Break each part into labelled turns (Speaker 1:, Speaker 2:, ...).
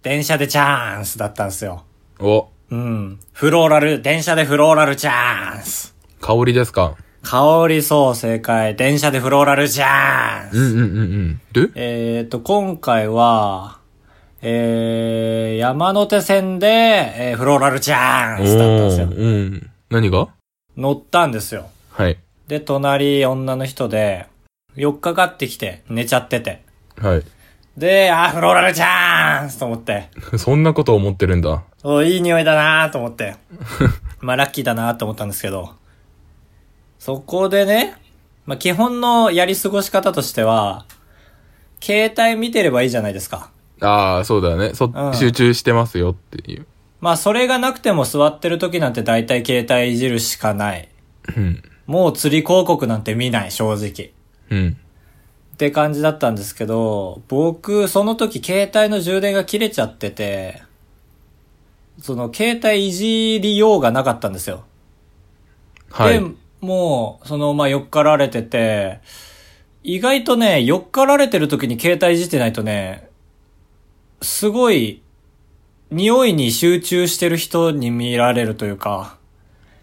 Speaker 1: 電車でチャンスだったんですよ。
Speaker 2: お、
Speaker 1: うん。フローラル、電車でフローラルチャンス。
Speaker 2: 香りですか
Speaker 1: 香りそう正解。電車でフローラルチャンス。
Speaker 2: うんうんうんうん。で
Speaker 1: えー、と、今回は、えー、山手線で、えーフローラルチャンスだったんです
Speaker 2: おー
Speaker 1: よ。
Speaker 2: うん。何が
Speaker 1: 乗ったんですよ。
Speaker 2: はい。
Speaker 1: で、隣女の人で、寄っかかってきて、寝ちゃってて。
Speaker 2: はい。
Speaker 1: で、あー、フローラルチャンスと思って、
Speaker 2: そんなこと思ってるんだ。
Speaker 1: おいい匂いだなーと思って。まあ、ラッキーだなーと思ったんですけど。そこでね、まあ、基本のやり過ごし方としては、携帯見てればいいじゃないですか。
Speaker 2: ああ、そうだね。そ、
Speaker 1: うん
Speaker 2: 集中してますよっていう。
Speaker 1: まあそれがなくても座ってる時なんて大体携帯いじるしかない。
Speaker 2: うん。
Speaker 1: もう釣り広告なんて見ない、正直。
Speaker 2: うん。
Speaker 1: って感じだったんですけど、僕、その時携帯の充電が切れちゃってて、その携帯いじりようがなかったんですよ。
Speaker 2: はい。
Speaker 1: で、もう、その、まあ、よっかられてて、意外とね、よっかられてる時に携帯いじってないとね、すごい、匂いに集中してる人に見られるというか、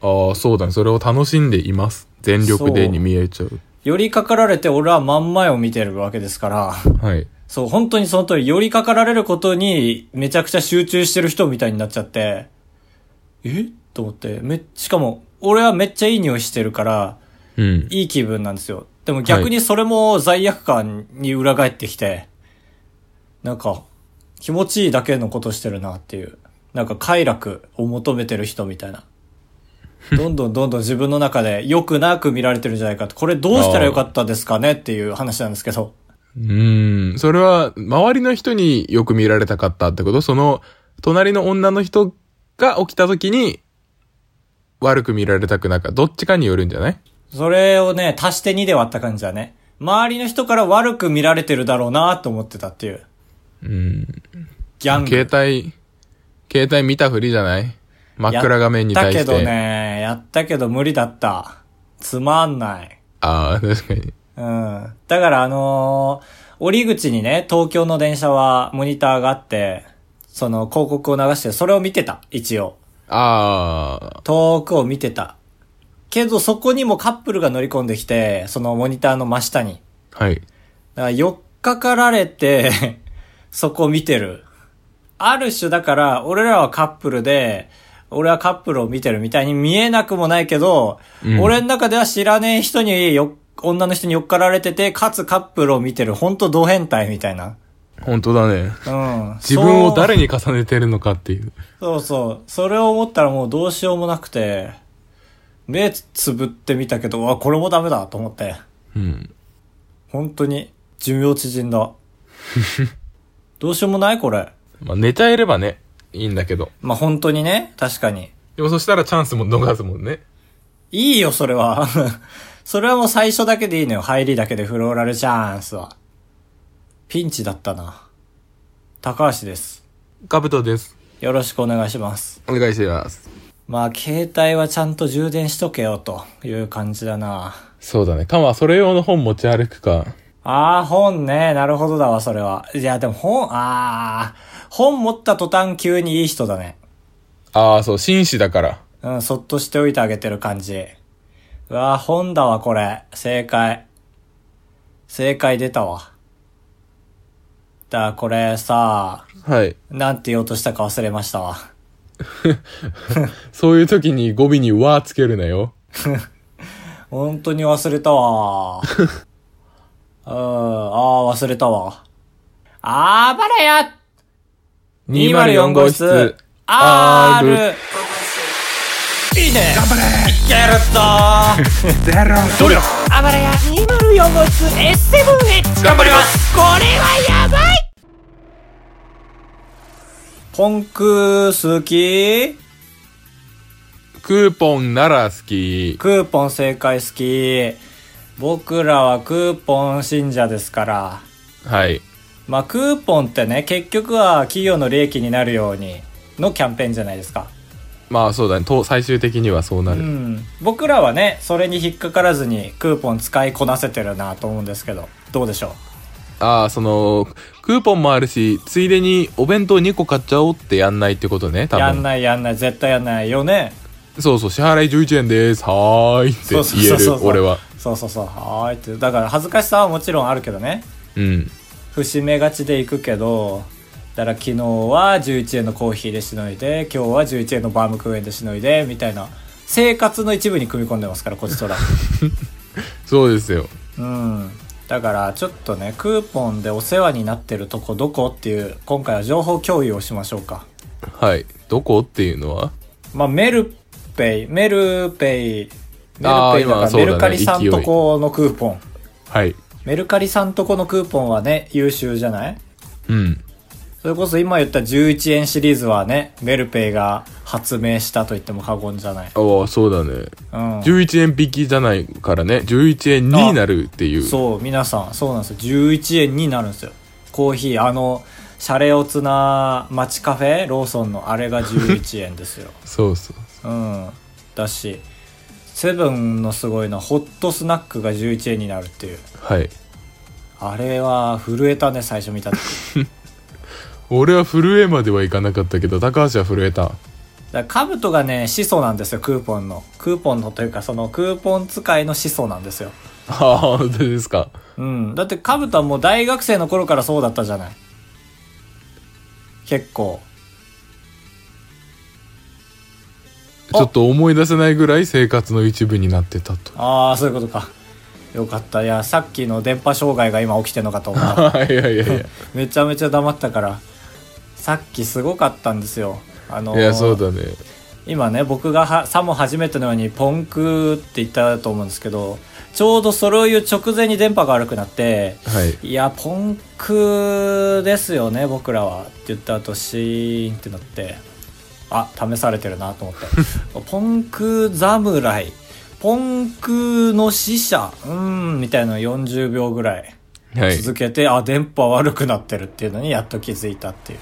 Speaker 2: ああ、そうだね。それを楽しんでいます。全力でに見えちゃう。
Speaker 1: 寄りかかられて俺は真ん前を見てるわけですから、
Speaker 2: はい。
Speaker 1: そう、本当にその通り、寄りかかられることにめちゃくちゃ集中してる人みたいになっちゃって、えと思って、め、しかも、俺はめっちゃいい匂いしてるから、
Speaker 2: うん。
Speaker 1: いい気分なんですよ。でも逆にそれも罪悪感に裏返ってきて、なんか、気持ちいいだけのことしてるなっていう。なんか快楽を求めてる人みたいな。どんどん どんどん自分の中で良くなく見られてるんじゃないかって、これどうしたらよかったですかねっていう話なんですけど。
Speaker 2: うーん。それは、周りの人によく見られたかったってことその、隣の女の人が起きた時に、悪く見られたくなんかった、どっちかによるんじゃない
Speaker 1: それをね、足して2で割った感じだね。周りの人から悪く見られてるだろうなと思ってたっていう。
Speaker 2: うん。
Speaker 1: ギャング。
Speaker 2: 携帯、携帯見たふりじゃない真っ暗画面に対して。
Speaker 1: やったけどね、やったけど無理だった。つまんない。
Speaker 2: ああ、確かに。
Speaker 1: うん。だからあのー折り口にね、東京の電車はモニターがあって、その広告を流して、それを見てた、一応。
Speaker 2: あ
Speaker 1: 遠くを見てた。けどそこにもカップルが乗り込んできて、そのモニターの真下に。
Speaker 2: あ、はい。
Speaker 1: だから、よっかかられて、 そこ見てる。ある種だから、俺らはカップルで、俺はカップルを見てるみたいに見えなくもないけど、
Speaker 2: うん
Speaker 1: 俺の中では知らねえ人によ、女の人によっかられてて、かつカップルを見てる、ほんと同変態みたいな。
Speaker 2: 本当だね。
Speaker 1: うん。
Speaker 2: 自分を
Speaker 1: そう
Speaker 2: 誰に重ねてるのかっていう。
Speaker 1: そうそう。それを思ったらもうどうしようもなくて、目つぶってみたけど、うわ、これもダメだと思って。
Speaker 2: うん。
Speaker 1: 本当に、寿命縮んだ。どうしようもないこれ。
Speaker 2: まあ、寝ちゃえればね、いいんだけど。
Speaker 1: まあ、本当にね、確かに。
Speaker 2: でもそしたらチャンスも逃すもんね。
Speaker 1: いいよ、それは。 それはもう最初だけでいいのよ。入りだけでフローラルチャンスは。ピンチだったな。高橋です。
Speaker 2: カブトです。
Speaker 1: よろしくお願いします。
Speaker 2: お願いします。
Speaker 1: まあ、携帯はちゃんと充電しとけよ、という感じだな。
Speaker 2: そうだね。カンはそれ用の本持ち歩くか。
Speaker 1: ああ、本ね。なるほどだわ、それは。いや、でも本、ああ、本持った途端急にいい人だね。
Speaker 2: ああ、そう、紳士だから。
Speaker 1: うん、そっとしておいてあげてる感じ。うわー、本だわ、これ。正解。正解出たわ。だからこれさ、
Speaker 2: はい。
Speaker 1: なんて言おうとしたか忘れましたわ。
Speaker 2: そういう時に語尾にわーつけるなよ。
Speaker 1: 本当に忘れたわ。うん、あー、忘れたわ。あばれや !204 号室 R! いいね頑張れいけるぞー
Speaker 2: 努力
Speaker 1: あばれや204号室 S7H
Speaker 2: 頑張ります
Speaker 1: これはやばいポンク好き
Speaker 2: クーポンなら好き。
Speaker 1: クーポン正解好き僕らはクーポン信者ですから
Speaker 2: はい。
Speaker 1: まあクーポンってね結局は企業の利益になるようにのキャンペーンじゃないですか
Speaker 2: まあそうだね。と最終的にはそうな
Speaker 1: う
Speaker 2: る。
Speaker 1: ん僕らはねそれに引っかからずにクーポン使いこなせてるなと思うんですけどどうでしょう
Speaker 2: ああ、その、クーポンもあるし、ついでにお弁当2個買っちゃおうってやんないってことね、多分。
Speaker 1: やんないやんない、絶対やんないよね。
Speaker 2: そうそう、支払い11円です。はーいって
Speaker 1: そうそう
Speaker 2: 言
Speaker 1: そうそ
Speaker 2: える
Speaker 1: う、
Speaker 2: 俺は。。
Speaker 1: そうそうそう、はーいって。だから恥ずかしさはもちろんあるけどね。
Speaker 2: うん。
Speaker 1: 節目がちで行くけど、だから昨日は11円のコーヒーでしのいで、今日は11円のバームクーヘンでしのいで、みたいな。生活の一部に組み込んでますから、こっちとら。
Speaker 2: そうですよ。
Speaker 1: うん。だから、ちょっとね、クーポンでお世話になってるとこどこっていう、今回は情報共有をしましょうか。
Speaker 2: はい。どこっていうのは
Speaker 1: まあ、メルペイ、メルペイ、メル
Speaker 2: あー
Speaker 1: ペイだか
Speaker 2: 今
Speaker 1: ら
Speaker 2: そうだね
Speaker 1: メルカリさんとこのクーポン。
Speaker 2: はい。
Speaker 1: メルカリさんとこのクーポンはね、優秀じゃない
Speaker 2: うん。
Speaker 1: それこそ今言った11円シリーズはね、メルペイが発明したと言っても過言じゃない。
Speaker 2: ああ、そうだね。
Speaker 1: うん。
Speaker 2: 11円引きじゃないからね、11円になるっていう。
Speaker 1: そう、皆さん、そうなんですよ。11円になるんですよ。コーヒー、あの、シャレオツな街カフェ、ローソンのあれが11円ですよ。
Speaker 2: そうそう。
Speaker 1: うん。だし、セブンのすごいのは、ホットスナックが11円になるっていう。
Speaker 2: はい。
Speaker 1: あれは震えたね、最初見た時。
Speaker 2: 俺は震えまではいかなかったけど、高橋は震えた。
Speaker 1: だから兜がね、始祖なんですよ、クーポンの。クーポンのというか、そのクーポン使いの始祖なんですよ。
Speaker 2: ああ、本当ですか。
Speaker 1: うん。だって兜はもう大学生の頃からそうだったじゃない。結構。
Speaker 2: ちょっと思い出せないぐらい生活の一部になってた と。
Speaker 1: ああ、そういうことか。よかった。いや、さっきの電波障害が今起きてるのかと思 った。
Speaker 2: はいやいやい
Speaker 1: めちゃめちゃ黙ったから。さっきすごかったんですよ。あの
Speaker 2: や。いや、そうだね。
Speaker 1: 今ね、僕がはさも初めてのようにポンクって言ったと思うんですけど、ちょうどそれを言う直前に電波が悪くなって、
Speaker 2: はい。
Speaker 1: いや、ポンクですよね、僕らは。って言った後、シーンってなって、あ、試されてるなと思 って。ポンク侍、ポンクの死者、うーん、みたいなの40秒ぐらい
Speaker 2: はい。
Speaker 1: 続けて、あ、電波悪くなってるっていうのにやっと気づいたっていう。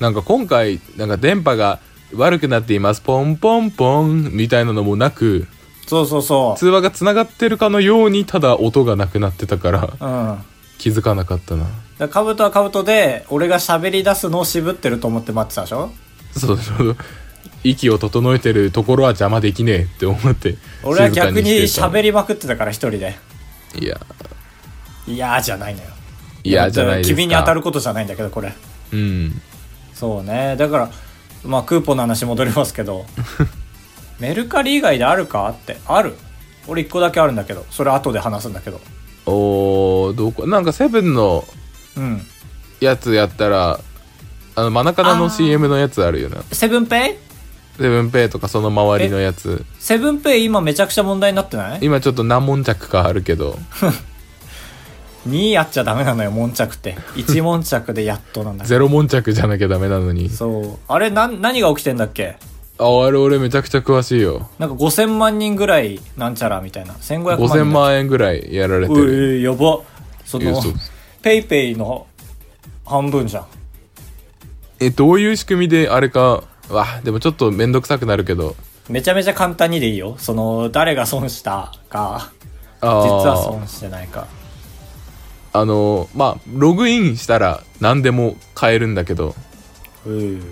Speaker 2: なんか今回、なんか電波が悪くなっています。ポンポンポンみたいなのもなく、
Speaker 1: そうそうそ
Speaker 2: 通話が繋がってるかのように、ただ音がなくなってたから、
Speaker 1: う。うん。
Speaker 2: 気づかなかったな。
Speaker 1: だから兜は兜で、俺が喋り出すのを渋ってると思って待ってたでしょ
Speaker 2: そうそう。息を整えてるところは邪魔できねえって思って。
Speaker 1: 俺は逆に
Speaker 2: 静か
Speaker 1: 喋
Speaker 2: に
Speaker 1: りまくってたから一人で。
Speaker 2: してたいや、
Speaker 1: いやーじゃないのよ。
Speaker 2: いや、じゃないですか。
Speaker 1: 君に当たる。ことじゃないんだけど、これ。
Speaker 2: うん。
Speaker 1: そうね。だから、まあクーポンの話戻りますけ ど、メルカリ以外であるかって、ある。俺一個だけあるんだけど、それ後で話すんだけど。
Speaker 2: おー、どこ、なんかセブンの
Speaker 1: うん。
Speaker 2: やつやったら、あの、マナカナ
Speaker 1: あ
Speaker 2: の
Speaker 1: ー
Speaker 2: CM のやつあるよな。
Speaker 1: セブンペイ
Speaker 2: セブンペイとかその周りのやつ。
Speaker 1: セブンペイ今めちゃくちゃ問題になってない
Speaker 2: 今ちょっと何問着かあるけど。
Speaker 1: ?2 やっちゃダメなのよ、悶着って。1悶着でやっと なんだけ
Speaker 2: ゼロ悶着じゃなきゃダメなのに
Speaker 1: ど。。そう。あれ、なん、何が起きてんだっけ
Speaker 2: あ、あれ俺めちゃくちゃ詳しいよ。
Speaker 1: なんか5000万人ぐらいなんちゃらみたいな。1500万人。
Speaker 2: 5000万円ぐらいやられて
Speaker 1: う
Speaker 2: る。
Speaker 1: え、やば。そ
Speaker 2: い
Speaker 1: の
Speaker 2: やそう、
Speaker 1: ペイペイの半分じゃん。
Speaker 2: え、どういう仕組みであれか、わ、でもちょっとめんどくさくなるけど。
Speaker 1: めちゃめちゃ簡単にでいいよ。その、誰が損したか、
Speaker 2: あ
Speaker 1: 実
Speaker 2: ー
Speaker 1: は損してないか。
Speaker 2: あの、まあ、ログインしたら何でも買えるんだけど、
Speaker 1: うん。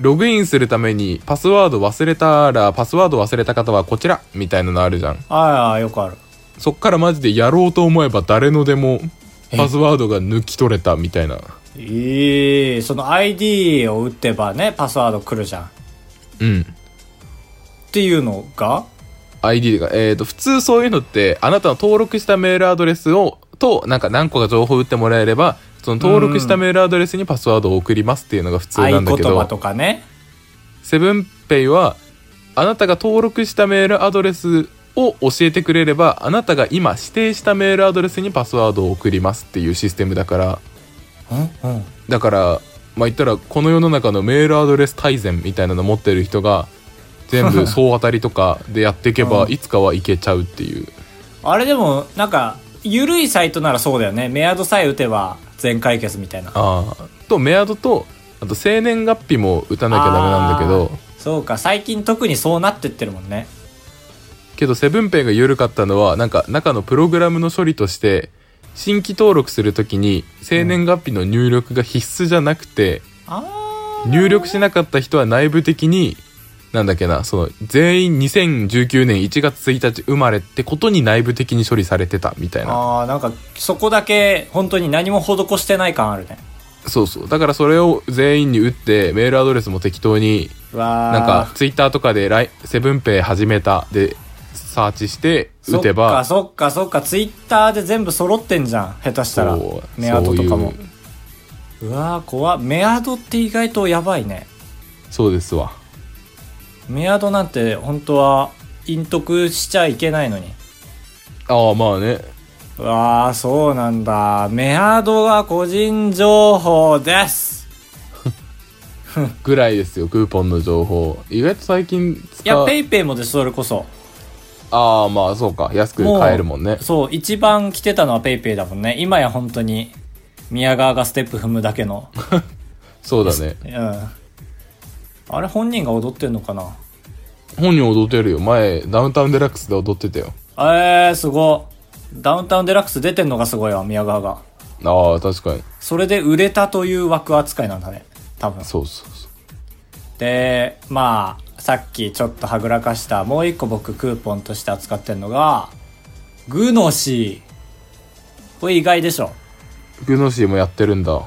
Speaker 2: ログインするためにパスワード忘れたら、パスワード忘れた方はこちらみたいなのあるじゃん。
Speaker 1: ああ、よくある。
Speaker 2: そっからマジでやろうと思えば誰のでもパスワードが抜き取れたみたいな。
Speaker 1: ええその ID を打てばね、パスワード来るじゃん。っ
Speaker 2: うん。
Speaker 1: ていうのが
Speaker 2: ID が、えっ、と、普通そういうのって、あなたの登録したメールアドレスを、と、なんか何個か情報を打ってもらえれば、その登録したメールアドレスにパスワードを送りますっていうのが普通
Speaker 1: 合
Speaker 2: な
Speaker 1: 言
Speaker 2: んだけど
Speaker 1: 葉、とかね。
Speaker 2: セブンペイは、あなたが登録したメールアドレスを教えてくれれば、あなたが今指定したメールアドレスにパスワードを送りますっていうシステムだから、
Speaker 1: うんうん。
Speaker 2: だから、まあ言ったら、この世の中のメールアドレス大全みたいなの持ってる人が、全 部総当たりとかでやっていけば、
Speaker 1: うん
Speaker 2: いつかはいけちゃうっていう。
Speaker 1: あれでも、なんか、ゆるいサイトならそうだよね。メアドさえ打てば全解決みたいな。
Speaker 2: ああとメアドとあと生年月日も打たなきゃダメなんだけど
Speaker 1: あーそうか、最近特にそうなってってるもんね。
Speaker 2: けどセブンペイが緩かったのはなんか中のプログラムの処理として新規登録するときに生年月日の入力が必須じゃなくて、
Speaker 1: あー
Speaker 2: 入力しなかった人は内部的になんだっけなその全員2019年1月1日生まれってことに内部的に処理されてたみたいな
Speaker 1: あーなんかそこだけ本当に何も施してない感あるね
Speaker 2: そうそうだからそれを全員に打ってメールアドレスも適当に
Speaker 1: うわー
Speaker 2: なんかツイッターとかでライ「セブンペイ始めた」でサーチして打てば
Speaker 1: そっかそっかそっかツイッターで全部揃ってんじゃん下手したら
Speaker 2: そう
Speaker 1: メアドとかも
Speaker 2: そういう
Speaker 1: うわー怖っメアドって意外とやばいね
Speaker 2: そうですわ
Speaker 1: メアドなんて本当は隠匿しちゃいけないのに
Speaker 2: ああまあね
Speaker 1: うわーそうなんだメアドは個人情報です
Speaker 2: ぐらいですよクーポンの情報意外と最近使う
Speaker 1: いやペイペイもですそれこそ
Speaker 2: ああまあそうか安く買えるもんね
Speaker 1: そう一番来てたのはペイペイだもんね今や本当に宮川がステップ踏むだけの
Speaker 2: そうだね
Speaker 1: うんあれ本人が踊ってんのかな
Speaker 2: 本人踊ってるよ前ダウンタウンデラックスで踊ってたよ
Speaker 1: えー、すごいダウンタウンデラックス出てんのがすごいわ宮川が
Speaker 2: ああ確かに
Speaker 1: それで売れたという枠扱いなんだね多分
Speaker 2: そうそうそう
Speaker 1: でまあさっきちょっとはぐらかしたもう一個僕クーポンとして扱ってんのがグノシーこれ意外でしょ
Speaker 2: グノシーもやってるんだ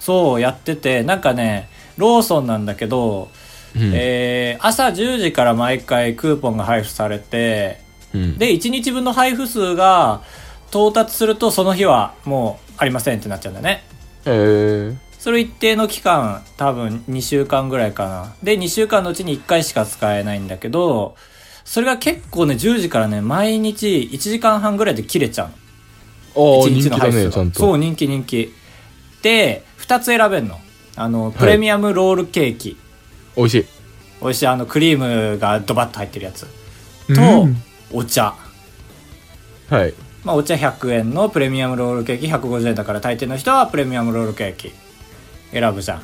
Speaker 1: そうやっててなんかねローソンなんだけど、
Speaker 2: うん、
Speaker 1: えー朝10時から毎回クーポンが配布されて
Speaker 2: うん
Speaker 1: で1日分の配布数が到達するとその日はもうありませんってなっちゃうんだよね
Speaker 2: えー、
Speaker 1: それ一定の期間多分2週間ぐらいかなで2週間のうちに1回しか使えないんだけどそれが結構ね10時からね毎日1時間半ぐらいで切れちゃうの
Speaker 2: ああ
Speaker 1: 一
Speaker 2: 人気
Speaker 1: 日の
Speaker 2: だ
Speaker 1: 配
Speaker 2: ね
Speaker 1: 布
Speaker 2: ちゃんと
Speaker 1: そう人気人気で2つ選べんのあのプレミアムロールケーキ、
Speaker 2: 美味しい
Speaker 1: 美味しいあのクリームがドバッと入ってるやつと、
Speaker 2: うん
Speaker 1: お茶
Speaker 2: はい
Speaker 1: まあ、お茶100円のプレミアムロールケーキ150円だから大抵の人はプレミアムロールケーキ選ぶじゃん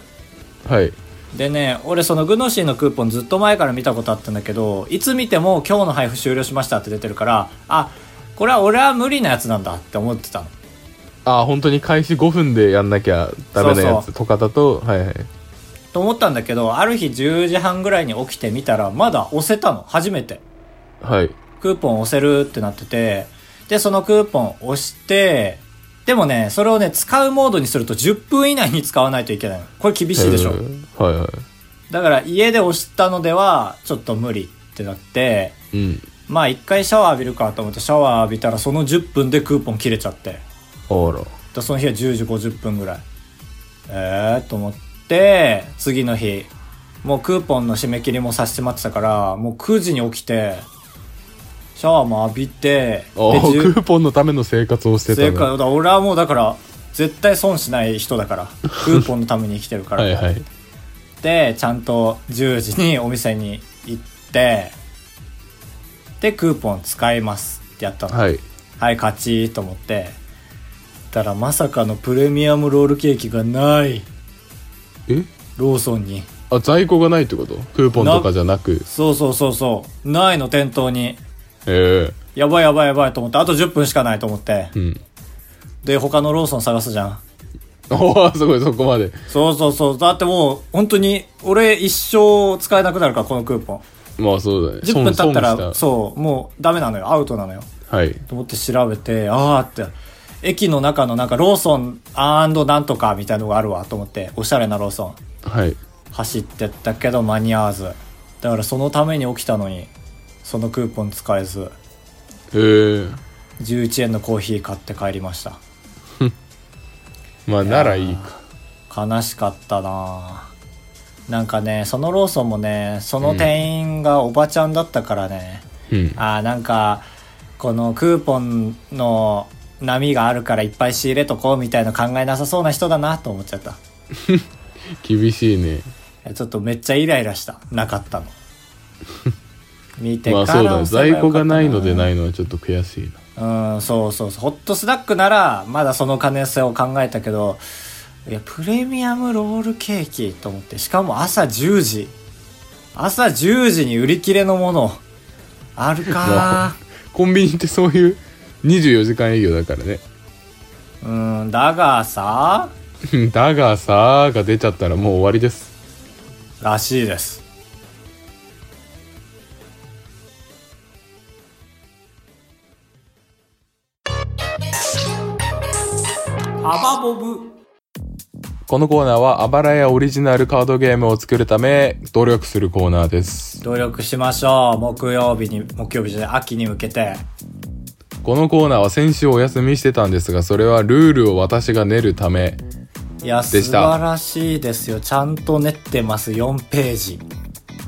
Speaker 2: はい
Speaker 1: でね俺そのグノシーのクーポンずっと前から見たことあったんだけどいつ見ても今日の配布終了しましたって出てるからあこれは俺は無理なやつなんだって思ってたの
Speaker 2: ああ本当に開始5分でやんなきゃダメなや
Speaker 1: そ
Speaker 2: つとかだとはいはい
Speaker 1: と思ったんだけどある日10時半ぐらいに起きてみたらまだ押せたの初めて
Speaker 2: はい
Speaker 1: クーポン押せるってなっててでそのクーポン押してでもねそれをね使うモードにすると10分以内に使わないといけないのこれ厳しいでしょ、
Speaker 2: えーはいは
Speaker 1: だから家で押したのではちょっと無理ってなって
Speaker 2: いうん
Speaker 1: まあ一回シャワー浴びるかと思ってシャワー浴びたらその10分でクーポン切れちゃって
Speaker 2: あら
Speaker 1: でその日は10時50分ぐらいええー、と思って次の日もうクーポンの締め切りも差し迫ってたからもう9時に起きてシャワーも浴びて
Speaker 2: ああ
Speaker 1: で10
Speaker 2: クーポンのための生活をしてた
Speaker 1: 正
Speaker 2: ね
Speaker 1: 解だから俺はもうだから絶対損しない人だ からクーポンのために生きてるから
Speaker 2: はいはい
Speaker 1: でちゃんと10時にお店に行ってでクーポン使いますってやったのはい、
Speaker 2: はい
Speaker 1: 勝ちと思ってたらまさかのプレミアムロールケーキがない
Speaker 2: え
Speaker 1: ローソンに
Speaker 2: あ在庫がないってことクーポンとかじゃなく
Speaker 1: そうそうそうそうないの店頭に
Speaker 2: え
Speaker 1: やばいやばいやばいと思ってあと10分しかないと思って
Speaker 2: えうん
Speaker 1: で他のローソン探すじゃん
Speaker 2: おおすごいそこまで
Speaker 1: そうそうそうだってもう本当に俺一生使えなくなるからこのクーポン
Speaker 2: まあそうだね
Speaker 1: 10分経った
Speaker 2: 損
Speaker 1: ら
Speaker 2: 損し
Speaker 1: そうもうダメなのよアウトなのよ
Speaker 2: たはい
Speaker 1: と思って調べてああって駅の中のなんかローソンなんとかみたいのがあるわと思っておしゃれなローソン
Speaker 2: はい
Speaker 1: 走ってったけど間に合わずだからそのために起きたのにそのクーポン使えず
Speaker 2: ええ
Speaker 1: 11円のコーヒー買って帰りました
Speaker 2: まあならいいか
Speaker 1: 悲しかったなぁなんかねそのローソンもねその店員がおばちゃんだったからね、
Speaker 2: うん
Speaker 1: あーなんかこのクーポンの波があるからいっぱい仕入れとこうみたいな考えなさそうな人だなと思っちゃった
Speaker 2: 厳しいね
Speaker 1: えちょっとめっちゃイライラしたなかったの見てか
Speaker 2: ま
Speaker 1: ら
Speaker 2: あそうだね
Speaker 1: 押せばよ
Speaker 2: 在
Speaker 1: かった
Speaker 2: 庫がないのでないのはちょっと悔しいな
Speaker 1: うんそうそうそうホットスナックならまだその可能性を考えたけどいやプレミアムロールケーキと思ってしかも朝10時朝10時に売り切れのものあるかー
Speaker 2: まあコンビニってそういう24時間営業だからね
Speaker 1: うーん、だがさ、
Speaker 2: うんだがさーが出ちゃったらもう終わりです。
Speaker 1: らしいです。アバボブ。
Speaker 2: このコーナーは、あばらやオリジナルカードゲームを作るため、努力するコーナーです。
Speaker 1: 努力しましょう。木曜日に、木曜日じゃない、秋に向けて。
Speaker 2: このコーナーは先週お休みしてたんですが、それはルールを私が練るため、
Speaker 1: いや、素
Speaker 2: でした
Speaker 1: 晴らしいですよ。ちゃんと練ってます。4ページ。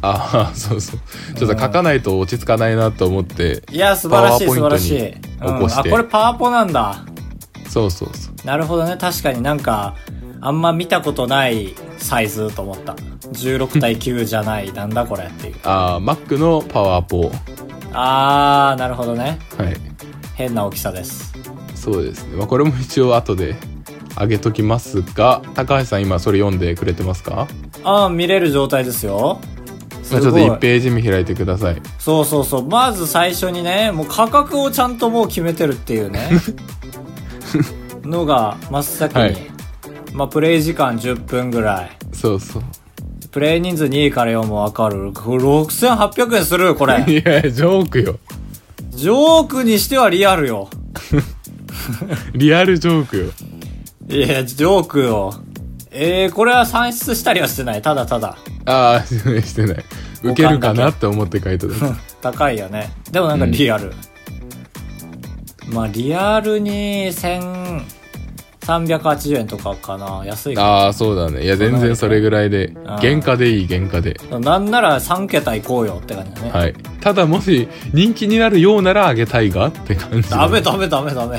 Speaker 2: ああ、そうそう。ちょっと書かないと落ち着かないなと思って、
Speaker 1: いや、素晴らしい、素
Speaker 2: パ
Speaker 1: 晴
Speaker 2: ワ
Speaker 1: ら
Speaker 2: ーポイント
Speaker 1: し
Speaker 2: に
Speaker 1: い。
Speaker 2: 起こして
Speaker 1: うん、あ、これパワポなんだ。
Speaker 2: そうそうそう。
Speaker 1: なるほどね。確かになんか、あんま見たことないサイズと思った。16対9じゃない、 なんだこれっていう。
Speaker 2: ああ、Mac のパワーポー。
Speaker 1: あー、なるほどね。
Speaker 2: はい。
Speaker 1: 変な大きさです。
Speaker 2: そうですね。まあ、これも一応後で上げときますが、高橋さん今それ読んでくれてますか
Speaker 1: あー、見れる状態ですよ。す
Speaker 2: まあ
Speaker 1: ごい
Speaker 2: ちょっと1ページ目開いてください。
Speaker 1: そうそうそう。まず最初にね、もう価格をちゃんともう決めてるっていう ね。のが真っ先に。
Speaker 2: はい
Speaker 1: まあ、プレイ時間10分ぐらい。
Speaker 2: そうそう。
Speaker 1: プレイ人数2位から4もわかる。これ6800円するこ れ。
Speaker 2: いや、ジョークよ。
Speaker 1: ジョークにしてはリアルよ。
Speaker 2: リアルジョークよ。
Speaker 1: いや、ジョークよ。えー、これは算出したりはしてない。ただただ。
Speaker 2: ああ、してないしてない。受けるかなって思って書いてた。
Speaker 1: 高いよね。でもなんかリアル。まあ、リアルに1380円とかかな。安いか
Speaker 2: ああ、そうだね。いや、全然それぐらいで
Speaker 1: あー。
Speaker 2: 原価でいい、原価で。
Speaker 1: な。なんなら3桁いこうよって感じだね。
Speaker 2: はい。ただ、もし人気になるようならあげたいがって感じ。
Speaker 1: ダメダメダメダメ。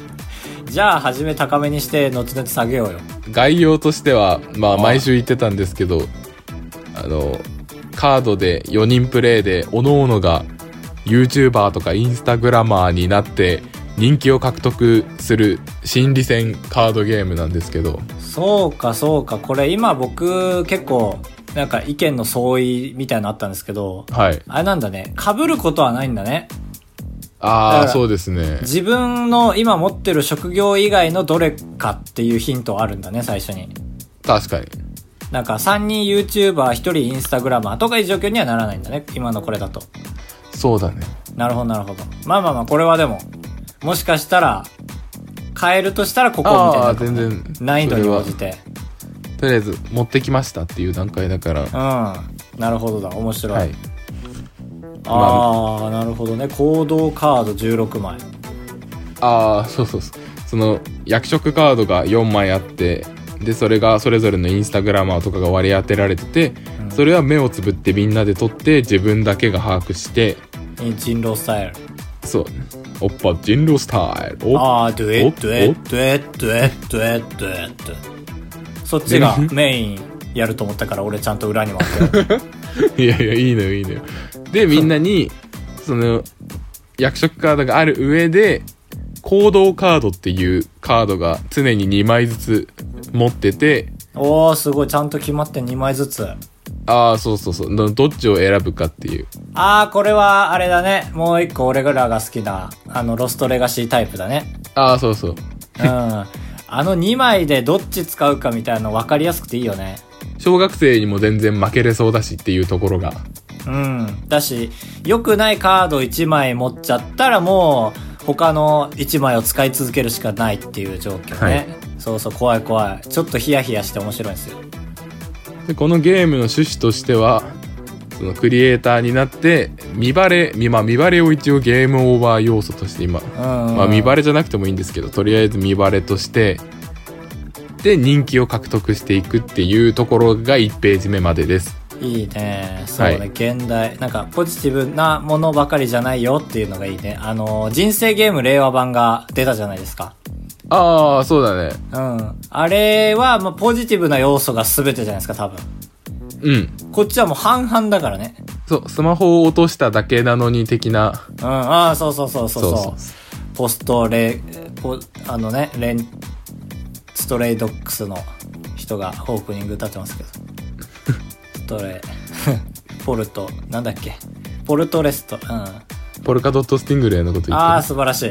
Speaker 1: じゃあ、初め高めにして、後々下げようよ。
Speaker 2: 概要としては、まあ、毎週言ってたんですけど、あの、カードで4人プレイで、各々が YouTuber とかインスタグラマーになって、人気を獲得する心理戦カードゲームなんですけど、
Speaker 1: そうか、そうか。これ今僕、結構、なんか意見の相違みたいなのあったんですけど、
Speaker 2: はい。
Speaker 1: あれなんだね。被ることはないんだね。だ
Speaker 2: あ
Speaker 1: か
Speaker 2: あ、
Speaker 1: ら
Speaker 2: そうですね。
Speaker 1: 自分の今持ってる職業以外のどれかっていうヒントあるんだね、最初に。
Speaker 2: 確かに。
Speaker 1: なんか3人 YouTuber、1人 Instagramer とかいう状況にはならないんだね、今のこれだと。
Speaker 2: そうだね。
Speaker 1: なるほど、なるほど。まあまあまあ、これはでも、もしかしたら、変えるとしたらここみたい
Speaker 2: あ
Speaker 1: な
Speaker 2: あ、。全然。
Speaker 1: 難易度
Speaker 2: そ
Speaker 1: に
Speaker 2: れは
Speaker 1: 応じて。
Speaker 2: とりあえず、持ってきましたっていう段階だから。
Speaker 1: うん。なるほどだ、面白い。
Speaker 2: はい。
Speaker 1: ああ、なるほどね。行動カード16枚。
Speaker 2: ああそうそうそうその役職カードが4枚あってでそれがそれぞれのインスタグラマーとかが割り当てられてて、
Speaker 1: ん
Speaker 2: それは目をつぶってみんなで取って自分だけが把握して
Speaker 1: 人狼スタイル。
Speaker 2: そうおっぱ人狼スタイルお
Speaker 1: ああ、ドゥエ
Speaker 2: お
Speaker 1: ッドゥエッドゥエッドゥエッドゥエッドゥエッドゥそっちがメインやると思ったから俺ちゃんと裏に回って る。
Speaker 2: いやいやいいのよいいのよでみんなにその役職カードがある上で行動カードっていうカードが常に2枚ずつ持ってて
Speaker 1: おー、すごい。ちゃんと決まって2枚ずつ。
Speaker 2: ああそうそうそうどどっちを選ぶかっていう
Speaker 1: ああ、これはあれだね。もう一個俺らが好きな、あの、ロストレガシータイプだね。
Speaker 2: ああそうそう
Speaker 1: うん。あの2枚でどっち使うかみたいなの分かりやすくていいよね。
Speaker 2: 小学生にも全然負けれそうだしっていうところが
Speaker 1: うん。だし、良くないカード1枚持っちゃったらもう、他の1枚を使い続けるしかないっていう状況ね。
Speaker 2: はい
Speaker 1: そうそう、怖い怖い。ちょっとヒヤヒヤして面白いんですよ。
Speaker 2: でこのゲームの趣旨としてはそのクリエイターになって見バレ見,、まあ、見バレを一応ゲームオーバー要素として今、
Speaker 1: うん、うん。
Speaker 2: まあ、見バレじゃなくてもいいんですけどとりあえず見バレとしてで人気を獲得していくっていうところが1ページ目までです
Speaker 1: いいね。そうね、
Speaker 2: はい
Speaker 1: 現代。なんか、ポジティブなものばかりじゃないよっていうのがいいね。あの、人生ゲーム令和版が出たじゃないですか。
Speaker 2: ああそうだね
Speaker 1: うん。あれは、まあ、ポジティブな要素が全てじゃないですか、多分。
Speaker 2: うん
Speaker 1: こっちはもう半々だからね。
Speaker 2: そうスマホを落としただけなのに的な
Speaker 1: うん、ああ、そうそうそうそうそう。
Speaker 2: そうそう
Speaker 1: ポストレ、ポ、あのね、レン、ストレイドックスの人がオープニング歌ってます けど。ストレイ、 ポルト、なんだっけ。ポルトレスト、うん。
Speaker 2: ポルカドットスティングレイのこと言ってる
Speaker 1: ああ、素晴らしい。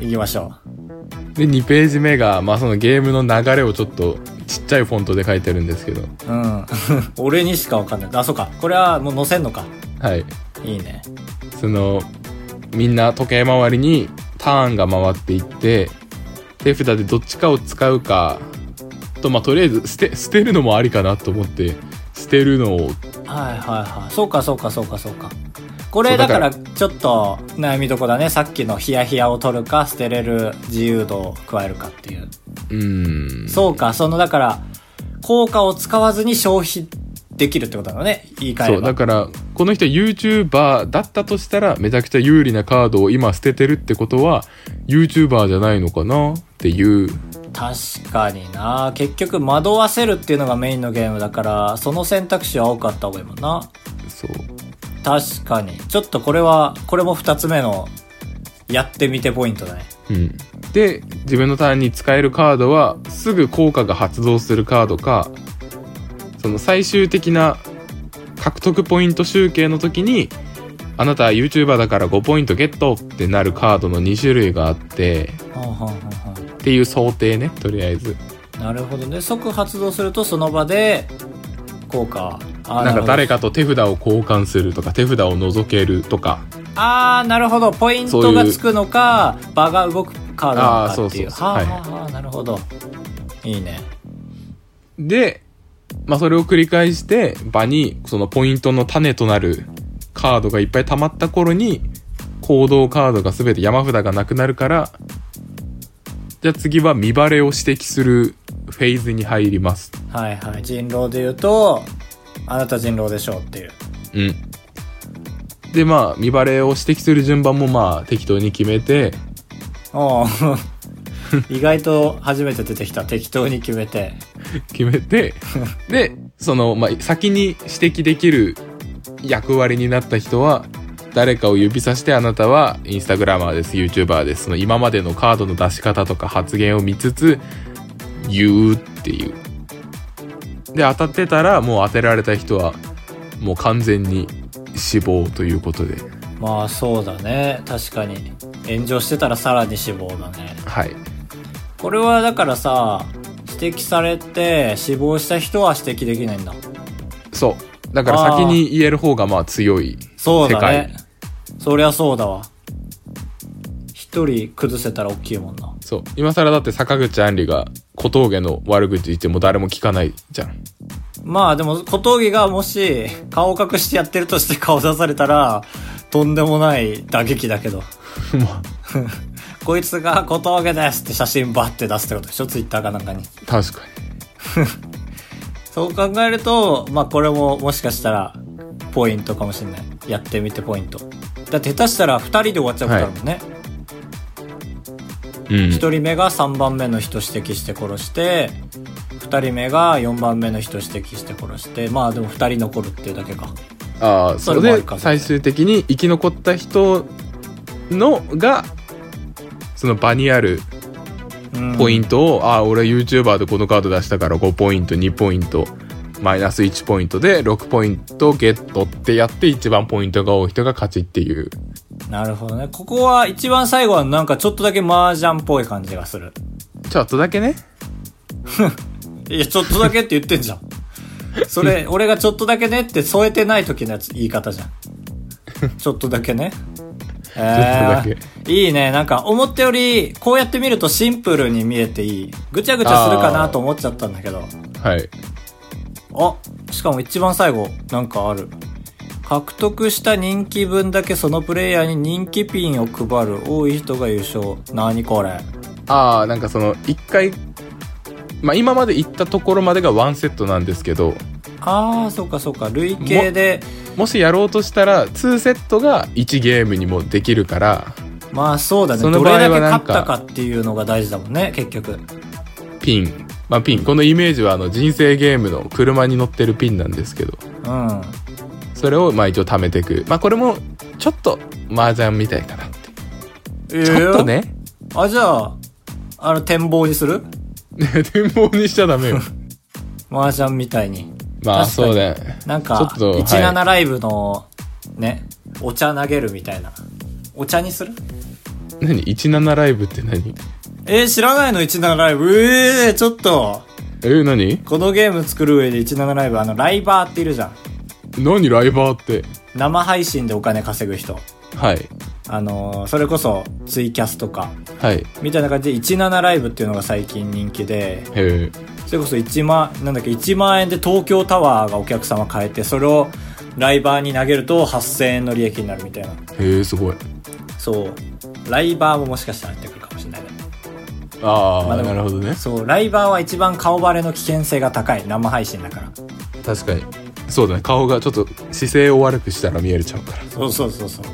Speaker 1: 行きましょう。
Speaker 2: で、2ページ目が、まあそのゲームの流れをちょっとちっちゃいフォントで書いてるんですけど。
Speaker 1: うん。 俺にしかわかんない。あ、そうか。これはもう載せんのか。
Speaker 2: はい。
Speaker 1: いいね。
Speaker 2: その、みんな時計回りにターンが回っていって、手札でどっちかを使うか、と、まあとりあえず捨て、捨てるのもありかなと思って、捨てるのを、
Speaker 1: はいはいはい。そうかそうかそうかそうか。これだからちょっと悩みどこだね。さっきのヒヤヒヤを取るか、捨てれる自由度を加えるかっていう。
Speaker 2: うん。
Speaker 1: そうか、そのだから、効果を使わずに消費できるってことなのね。言い換え
Speaker 2: そ
Speaker 1: れ
Speaker 2: う、
Speaker 1: ば。
Speaker 2: だから、この人は YouTuber だったとしたら、めちゃくちゃ有利なカードを今捨ててるってことは、YouTuber じゃないのかなっていう。
Speaker 1: 確かにな結局惑わせるっていうのがメインのゲームだから、その選択肢は多かった方がいいもんな。
Speaker 2: そう。
Speaker 1: 確かに。ちょっとこれは、これも二つ目の、やってみてポイントだね。
Speaker 2: うん。で、自分のターンに使えるカードは、すぐ効果が発動するカードか、その最終的な獲得ポイント集計の時に、あなたは YouTuber だから5ポイントゲットってなるカードの2種類があって、
Speaker 1: はんはんはんはん
Speaker 2: っていう想定ね、とりあえず。
Speaker 1: なるほどね。即発動するとその場で、効果。あー
Speaker 2: なんか誰
Speaker 1: か。
Speaker 2: かと手札を交換するとか手札を覗けるとか
Speaker 1: あー、なるほど。ポイン
Speaker 2: そ
Speaker 1: ト
Speaker 2: う
Speaker 1: が
Speaker 2: いう
Speaker 1: つくのか、場が動くカードなのかっていう。
Speaker 2: あーそうそうそう
Speaker 1: はあ、
Speaker 2: はい
Speaker 1: はあはあ、なるほど。いいね。
Speaker 2: で、まあ、それを繰り返して場にそのポイントの種となるカードがいっぱい溜まった頃に行動カードが全て山札がなくなるからじゃあ次は見バレを指摘するフェーズに入ります
Speaker 1: はいはい。人狼で言うと、あなた人狼でしょうっていう。
Speaker 2: うん。でまあ見バレを指摘する順番もまあ適当に決めて
Speaker 1: お ー意外と初めて出てきた。適当に決めて。
Speaker 2: 決め てでその、まあ、先に指摘できる役割になった人は誰かを指さしてあなたはインスタグラマーです YouTuber ですその今までのカードの出し方とか発言を見つつ言うっていうで当たってたらもう当てられた人はもう完全に死亡ということで
Speaker 1: まあそうだね確かに炎上してたらさらに死亡だね
Speaker 2: はい
Speaker 1: これはだからさ指摘されて死亡した人は指摘できないんだ
Speaker 2: そうだから先に言える方がまあ強い
Speaker 1: そうだ
Speaker 2: 世
Speaker 1: ね
Speaker 2: 界
Speaker 1: そりゃそうだわ一人崩せたら大きいもんな
Speaker 2: そう今更だって坂口あんりが小峠の悪口言っても誰も聞かないじゃん
Speaker 1: まあでも小峠がもし顔隠してやってるとして顔出されたらとんでもない打撃だけど
Speaker 2: ま
Speaker 1: こいつが小峠ですって写真バッて出すってことでしょツイッターかなんかに
Speaker 2: あ、確か
Speaker 1: そう考えると、まあこれももしかしたら、ポイントかもしれない。やってみてポイント。だって下手したら2人で終わっちゃうことあるもんね。
Speaker 2: に。うん。
Speaker 1: 1人目が3番目の人指摘して殺して、2人目が4番目の人指摘して殺して、まあでも2人残るっていうだけか。
Speaker 2: ああ、
Speaker 1: そ
Speaker 2: そ
Speaker 1: れも
Speaker 2: れ
Speaker 1: ある
Speaker 2: で
Speaker 1: か
Speaker 2: 最終的に生き残った人のが、その場にある
Speaker 1: うん
Speaker 2: ポイントを、ああ、俺は YouTuber でこのカード出したから5ポイント、2ポイント、マイナス1ポイントで6ポイントゲットってやって一番ポイントが多い人が勝ちっていう。
Speaker 1: なるほどね。ここは一番最後はなんかちょっとだけ麻雀っぽい感じがする。
Speaker 2: ちょっとだけね。
Speaker 1: いや、ちょっとだけって言ってん じゃん。それ、俺がちょっとだけねって添えてない時のやつ、言い方じゃん。 ちょっとだけね。え
Speaker 2: だけ
Speaker 1: ー、いいね。なんか、思ったより、こうやって見るとシンプルに見えていい。ぐちゃぐちゃするかなと思っちゃったんだけど。
Speaker 2: はい。
Speaker 1: あ、しかも一番最後、なんかある。獲得した人気分だけそのプレイヤーに人気ピンを配る。多い人が優勝。なにこれ。
Speaker 2: ああ、なんかその、一回、まあ今まで行ったところまでがワンセットなんですけど、
Speaker 1: あー、そうかそうか。累計で、
Speaker 2: もしやろうとしたら2セットが1ゲームにもできるから
Speaker 1: まあそうだね。
Speaker 2: その
Speaker 1: ど
Speaker 2: 場合
Speaker 1: れ
Speaker 2: は
Speaker 1: だけ
Speaker 2: な
Speaker 1: 勝っ
Speaker 2: んか
Speaker 1: たかっていうのが大事だもんね、結局。
Speaker 2: ピンまあピンこのイメージはあの人生ゲームの車に乗ってるピンなんですけど
Speaker 1: うん。
Speaker 2: それをまあ一応貯めていくまあこれもちょっと麻雀みたいかなってちょっと。 ね
Speaker 1: あ、じゃあ、あの、展望にする
Speaker 2: 展望にしちゃ ダメよ
Speaker 1: 麻雀みたいに。
Speaker 2: まあ
Speaker 1: 確かに
Speaker 2: そうだね
Speaker 1: なん
Speaker 2: ちょ
Speaker 1: か
Speaker 2: っ、とはい
Speaker 1: 17ライブの、ね、お茶投げるみたいな。お茶にする
Speaker 2: 何17ライブって何
Speaker 1: えー知らないの ?17 ライブ。ええー、ちょっと。
Speaker 2: え、何
Speaker 1: このゲーム作る上で17ライブ、あの、ライバーっているじゃん。
Speaker 2: 何ライバーって。
Speaker 1: 生配信でお金稼ぐ人。
Speaker 2: はい。
Speaker 1: あのーそれこそ、ツイキャスとか。
Speaker 2: はい。
Speaker 1: みたいな感じで、17ライブっていうのが最近人気で、
Speaker 2: へえ。
Speaker 1: それこそ1万、なんだっけ、1万円で東京タワーがお客様買えて、それをライバーに投げると8000円の利益になるみたいな。
Speaker 2: へえ、すごい。
Speaker 1: そう。ライバーももしかしたら入ってくるかもしれないね。
Speaker 2: あ
Speaker 1: まあ
Speaker 2: あ、
Speaker 1: でも
Speaker 2: なるほどね。
Speaker 1: そう、ライバーは一番顔バレの危険性が高い。生配信だから。
Speaker 2: 確かに。そうだね。顔がちょっと姿勢を悪くしたら見えれちゃうから。
Speaker 1: そうそうそうそう。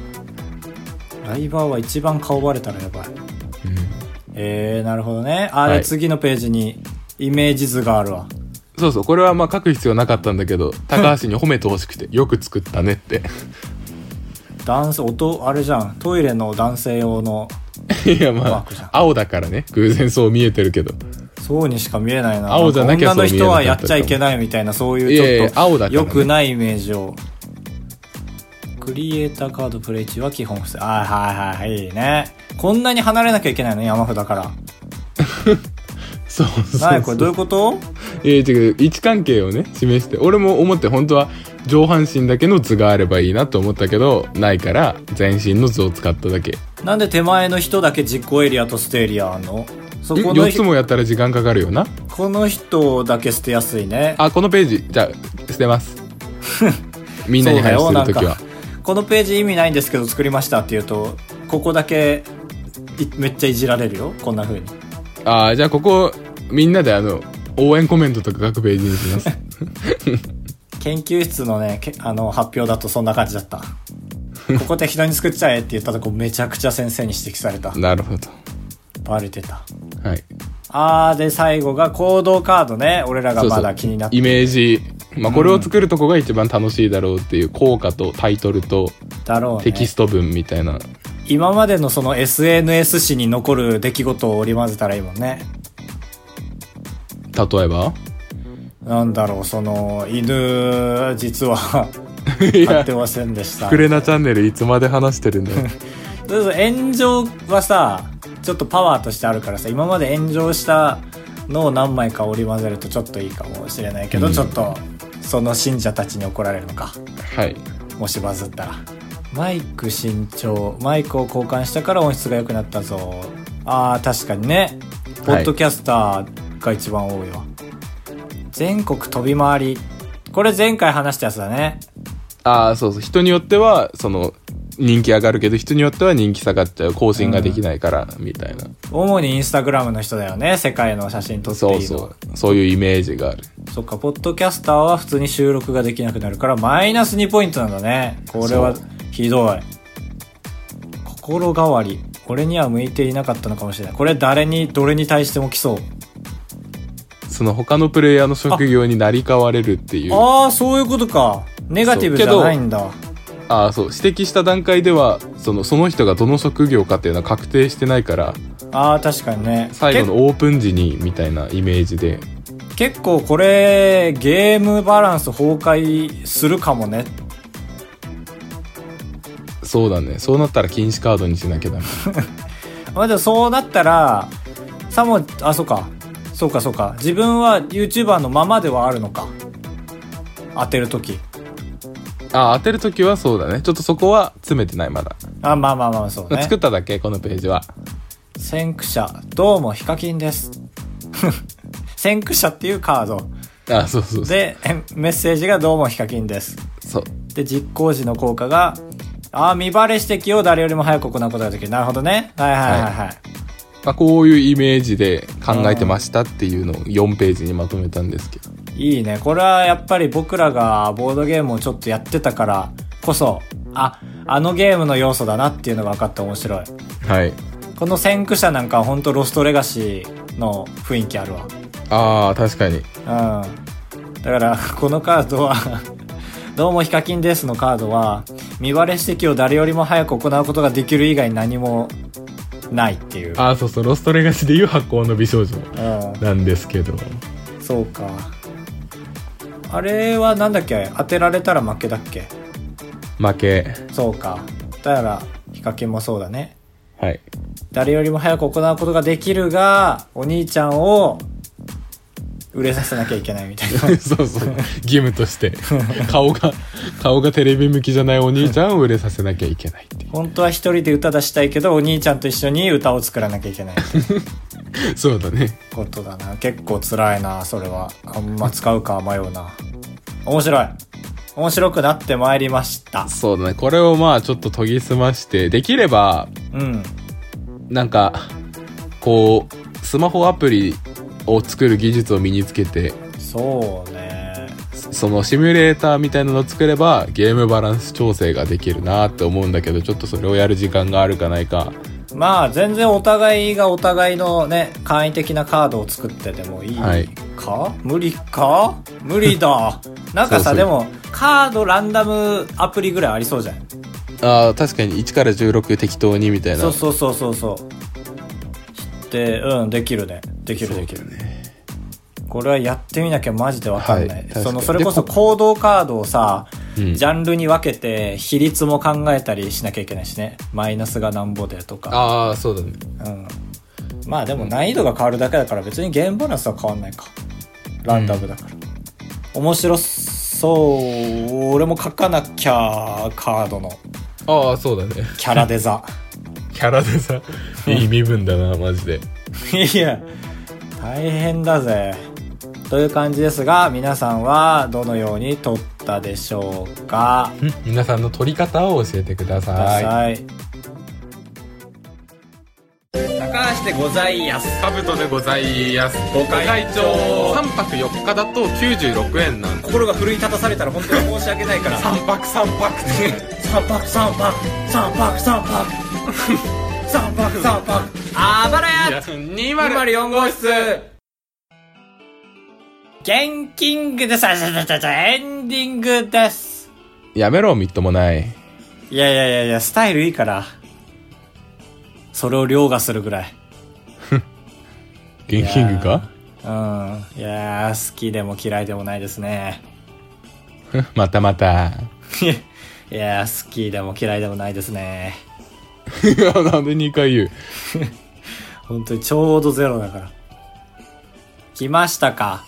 Speaker 1: ライバーは一番顔バレたらやばい。
Speaker 2: うん。
Speaker 1: えー、なるほどね。あ、
Speaker 2: はい
Speaker 1: で次のページにイメージ図があるわ。
Speaker 2: そうそう、これはまあ書く必要なかったんだけど、高橋に褒めてほしく て、よく作ったねって。
Speaker 1: 男性、音、あれじゃん。トイレの男性用の、
Speaker 2: いや
Speaker 1: マー
Speaker 2: ま
Speaker 1: クじゃん
Speaker 2: あ、青だからね、偶然そう見えてるけど。
Speaker 1: そうにしか見えないな。
Speaker 2: 青じゃなきゃ
Speaker 1: なんか女の
Speaker 2: そう見え
Speaker 1: 人
Speaker 2: なか
Speaker 1: は
Speaker 2: った
Speaker 1: やっちゃいけないみたいな、そう
Speaker 2: いやい
Speaker 1: いう
Speaker 2: や
Speaker 1: ちょ
Speaker 2: 青
Speaker 1: っ
Speaker 2: だ
Speaker 1: と、
Speaker 2: から
Speaker 1: 良
Speaker 2: ね
Speaker 1: くないイメージを。クリエイターカードプレイ中は基本不正。あー、はいはいはい、いいね。こんなに離れなきゃいけないの山札から。
Speaker 2: そうそうそう。
Speaker 1: なにこれどういうこと
Speaker 2: いや違う位置関係をね、示して。俺も思って、本当は上半身だけの図があればいいなと思ったけど、ないから、全身の図を使っただけ。
Speaker 1: なんで手前の人だけ実行エリアと捨てエリアあんのそこの
Speaker 2: 4つ
Speaker 1: 人、
Speaker 2: もやったら時間かかるよな。
Speaker 1: この人だけ捨てやすいね。
Speaker 2: あ、このページ、じゃあ、捨て ます。みんなに話してるときは
Speaker 1: そうだよなんか。このページ意味ないんですけど作りましたって言うと、ここだけいめっちゃいじられるよ。こんな風に。
Speaker 2: ああ、じゃあここ、みんなであの、応援コメントとか書くページにします。
Speaker 1: 研究室のね、けあの、発表だとそんな感じだった。ここ適当に作っちゃえって言ったとこめちゃくちゃ先生に指摘された。
Speaker 2: なるほど。
Speaker 1: バレてた。
Speaker 2: はい。
Speaker 1: あーで最後が行動カードね。俺らがまだ気になって
Speaker 2: イメージ、まあ、これを作るとこが一番楽しいだろうっていう効果とタイトルと
Speaker 1: だろうね。
Speaker 2: テキスト文みたいな、
Speaker 1: 今までのその SNS 史に残る出来事を織り交ぜたらいいもんね。
Speaker 2: 例えば
Speaker 1: なんだろう、その、犬、実は、
Speaker 2: い
Speaker 1: 飼っ
Speaker 2: や
Speaker 1: てませんでし
Speaker 2: 「
Speaker 1: た。
Speaker 2: くれなチャンネル」いつまで話してるん だよ
Speaker 1: そうそう炎上はさちょっとパワーとしてあるからさ今まで炎上したのを何枚か織り交ぜるとちょっといいかもしれないけど、
Speaker 2: うん
Speaker 1: ちょっとその信者たちに怒られるのか
Speaker 2: はい
Speaker 1: もしバズったらマイク新調マイクを交換したから音質が良くなったぞあー確かにねポッドキャスターが一番多いわ、全国飛び回りこれ前回話したやつだね
Speaker 2: ああそうそう人によってはその人気上がるけど人によっては人気下がっちゃう更新ができないから、みたいな
Speaker 1: 主にインスタグラムの人だよね世界の写真撮っていい
Speaker 2: そ
Speaker 1: の
Speaker 2: うそうそういうイメージがある
Speaker 1: そっか、ポッドキャスターは普通に収録ができなくなるから、マイナス2ポイントなんだね。これは
Speaker 2: そう、
Speaker 1: ひどい。心変わり。俺には向いていなかったのかもしれない。これ誰に、どれに対しても来そう。
Speaker 2: その他のプレイヤーの職業になり変われるっていう
Speaker 1: ああ、そういうことか。ネガティブじゃないんだ。
Speaker 2: ああそう指摘した段階ではそのその人がどの職業かっていうのは確定してないから
Speaker 1: ああ、確かにね。
Speaker 2: 最後のオープン時にみたいなイメージで
Speaker 1: け結構これ、ゲームバランス崩壊するかもね。
Speaker 2: そうだねそうなったら禁止カードにしなきゃダメ
Speaker 1: まあでもそうなったら、さも、あ、そうか。そうかそうか。自分は YouTuber のままではあるのか。当てるとき。
Speaker 2: あ当てる時はそうだねちょっとそこは詰めてないまだ、
Speaker 1: あ、まあまあまあ、そうね
Speaker 2: 作。っただけこのページは
Speaker 1: 先駆者、どうもヒカキンです。 先駆者っていうカード。
Speaker 2: あそうそうそう
Speaker 1: で、えメッセージがどうもヒカキンです。
Speaker 2: そう
Speaker 1: で、実行時の効果が、あー、見バレ指摘を誰よりも早く行うことができる。なるほどね。はいはいはいはい。
Speaker 2: まあ、こういうイメージで考えてましたっていうのを4ページにまとめたんですけど
Speaker 1: いいね。これはやっぱり僕らがボードゲームをちょっとやってたからこそ、あ、あのゲームの要素だなっていうのが分かって面白い。
Speaker 2: はい
Speaker 1: この先駆者なんかはほんとロストレガシーの雰囲気あるわ。
Speaker 2: あー確かに
Speaker 1: うん。だから、このカードは、 どうもヒカキンですのカードは、見バレ指摘を誰よりも早く行うことができる以外何もないっていう。
Speaker 2: あーそうそうロストレガシでいう発行の美少女
Speaker 1: う
Speaker 2: なんですけど
Speaker 1: ん。そうか。あれはなんだっけ当てられたら負けだっけ
Speaker 2: 負け
Speaker 1: そうか。だから、ヒカキンもそうだね。
Speaker 2: はい
Speaker 1: 誰よりも早く行うことができるが、お兄ちゃんを売れさせなきゃいけないみたいな。
Speaker 2: そうそう。義務 として。顔が、顔がテレビ向きじゃないお兄ちゃんを売れさせなきゃいけないってい
Speaker 1: 本当は一人で歌出したいけど、お兄ちゃんと一緒に歌を作らなきゃいけないって
Speaker 2: う。そうだね。
Speaker 1: ことだな。結構辛いな、それは。あんま使うか迷うな。面白い。面白くなってまいりました。
Speaker 2: そうだね。これをまあちょっと研ぎ澄まして、できれば、
Speaker 1: うん。
Speaker 2: なんか、こう、スマホアプリを作る技術を身につけて、
Speaker 1: そうね。
Speaker 2: そのシミュレーターみたいなのを作ればゲームバランス調整ができるなって思うんだけどちょっとそれをやる時間があるかないか
Speaker 1: まあ、全然お互いがお互いのね、簡易的なカードを作ってでもいいか、
Speaker 2: はい
Speaker 1: 無理か無理 だ。なんか
Speaker 2: そうそ
Speaker 1: さ、
Speaker 2: う
Speaker 1: でも、カードランダムアプリぐらいありそうじゃん。
Speaker 2: あー確かに1から16適当にみたいな
Speaker 1: そうそうそうそうそう。で、うん、できるね。できるできる。
Speaker 2: ね
Speaker 1: これはやってみなきゃマジでわかんな
Speaker 2: はい
Speaker 1: い。
Speaker 2: 確かに
Speaker 1: その、それこそ行動カードをさ、
Speaker 2: うん
Speaker 1: ジャンルに分けて、比率も考えたりしなきゃいけないしね。マイナスがなんぼでとか。
Speaker 2: ああそうだね
Speaker 1: うん。まあでも難易度が変わるだけだから別にゲームバランスは変わんないか。ランダムだから。面白そう。俺も書かなきゃ、カードの。
Speaker 2: ああそうだね
Speaker 1: キャラデザ。
Speaker 2: キャラでさいい身分だなマジで
Speaker 1: いや、大変だぜ。という感じですが、皆さんはどのように撮ったでしょうか。
Speaker 2: 皆さんの取り方を教えてくだ
Speaker 1: くだ
Speaker 2: さい
Speaker 1: さい。高橋でございやす。
Speaker 2: カブトでございますご
Speaker 1: 会長
Speaker 2: 3泊4日だと96円なんで
Speaker 1: 心が奮い立たされたら本当に申し訳ないから。
Speaker 2: 3泊3泊って
Speaker 1: 三泊三泊三泊三泊三泊三泊あばらや
Speaker 2: 204
Speaker 1: 204号室現金グですあちゃちゃちゃちゃエンディングです
Speaker 2: やめろみっともない
Speaker 1: いやいやいやいやスタイルいいからそれを凌駕するぐらい
Speaker 2: 現金具か
Speaker 1: うんいやー好きでも嫌いでもないですね
Speaker 2: またまた。
Speaker 1: いやー好きでも嫌いでもないですね
Speaker 2: なんで2回言う
Speaker 1: 本当にちょうどゼロだから来ましたか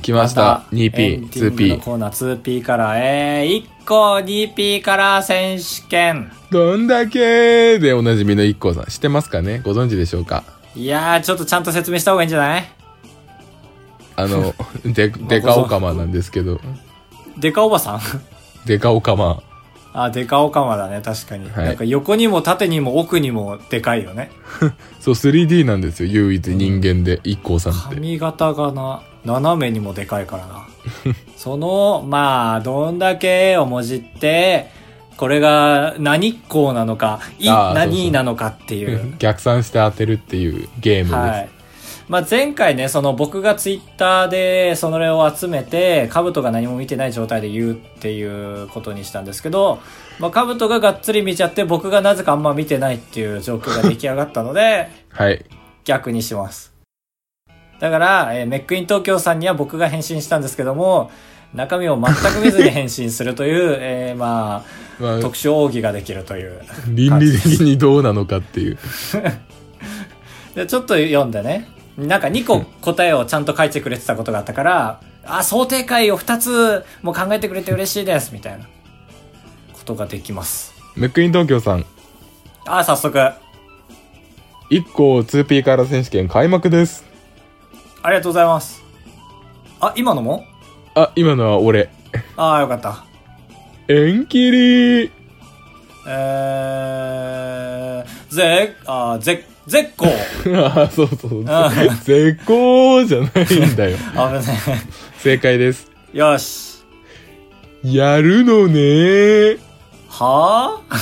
Speaker 2: 来ました。2P、2P。
Speaker 1: コーナー 2P から、えー、1個 2P から選手権。
Speaker 2: どんだけーでおなじみの IKKO さん。知ってますかねご存知でしょうか
Speaker 1: いやー、ちょっとちゃんと説明した方がいいんじゃない
Speaker 2: あ の、で、デカオカマなんですけど。
Speaker 1: デカおばさん
Speaker 2: デカオカマ。
Speaker 1: あ、デカオカマだね、確かに。
Speaker 2: はい
Speaker 1: なんか横にも縦にも奥にもでかいよね。
Speaker 2: そう、3D なんですよ。唯一人間で IKKO さんって。
Speaker 1: 髪型がな、斜めにもでかいから な。その、まあ、どんだけをもじって、これが何っこうなのか、い、
Speaker 2: あーそうそう
Speaker 1: 何なのかっていう。
Speaker 2: 逆算して当てるっていうゲームです。
Speaker 1: はい。まあ、前回ね、その僕がツイッターでそれを集めて、カブトが何も見てない状態で言うっていうことにしたんですけど、まあ、カブトががっつり見ちゃって、僕がなぜかあんま見てないっていう状況が出来上がったの で、
Speaker 2: はい。
Speaker 1: 逆にします。だから、えーメックイン東京さんには僕が返信したんですけども、中身を全く見ずに返信するという、えーま
Speaker 2: ま
Speaker 1: あ、
Speaker 2: あ
Speaker 1: 特、殊奥義ができるという。
Speaker 2: 倫理的にどうなのかっ ていう。
Speaker 1: でちょっと読んでね。なんか2個答えをちゃんと書いてくれてたことがあったから、あ、想定解を2つも考えてくれて嬉しいです、みたいなことができます。
Speaker 2: ムックイン東京さん。
Speaker 1: あ、早速、あ
Speaker 2: IKKO 2P から選手権開幕です。
Speaker 1: りがとうございます。あ、今のも
Speaker 2: あ、今のは俺。
Speaker 1: ああ、よかった。
Speaker 2: 縁切り
Speaker 1: えー、ぜ、あー、ぜ、絶好
Speaker 2: ああ、そうそう
Speaker 1: あ。
Speaker 2: 絶好じゃないんだよ。
Speaker 1: 危ね
Speaker 2: 正解です。
Speaker 1: え。よし。
Speaker 2: やるのねー。
Speaker 1: はあ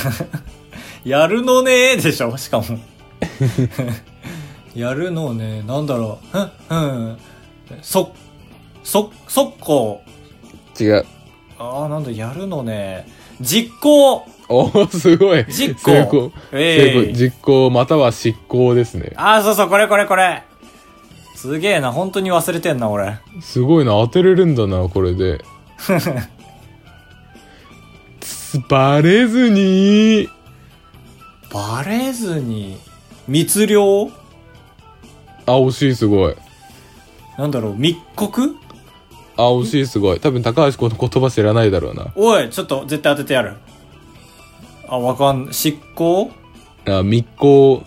Speaker 1: やるのねーでしょしかも。 やるのねー、なんだろう。うん、うん。そ、そ、速攻。
Speaker 2: 違う。
Speaker 1: ああ、なんだ、やるのねー。実行。
Speaker 2: おお、すごい。
Speaker 1: 実行
Speaker 2: 成功。
Speaker 1: ええ
Speaker 2: 成功実行、または執行ですね。
Speaker 1: ああ、そうそう、これこれこれ。すげえな、本当に忘れてんな、俺。
Speaker 2: すごいな、当てれるんだな、これで。つバレずに
Speaker 1: バレずに、密漁
Speaker 2: あ、惜しいすごい。
Speaker 1: なんだろう、密告
Speaker 2: あ、惜しいすごい。多分高橋この言葉知らないだろうな。
Speaker 1: おい、ちょっと絶対当ててやる。あ、わかん、執行
Speaker 2: あ、密航、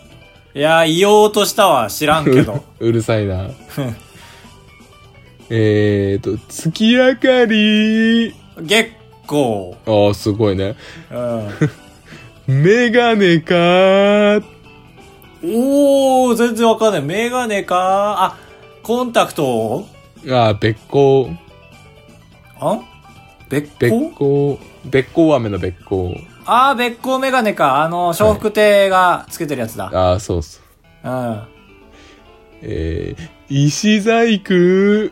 Speaker 1: いやー、言おうとしたわ。知らんけ ど。
Speaker 2: うるさいな。えーと、月明かり。
Speaker 1: 月光。
Speaker 2: あー、すごいね。
Speaker 1: うん。
Speaker 2: メガネかー。
Speaker 1: おー、全然わかんない。メガネかあ、コンタクト
Speaker 2: あー、べっこう。
Speaker 1: あべっ
Speaker 2: べっ
Speaker 1: こ
Speaker 2: こう。べっこう飴のべっこう。
Speaker 1: あー、べっこメガネか。あの、笑福亭がつけてるやつだ。
Speaker 2: あー、そうそう。
Speaker 1: うん。
Speaker 2: えー、石細工。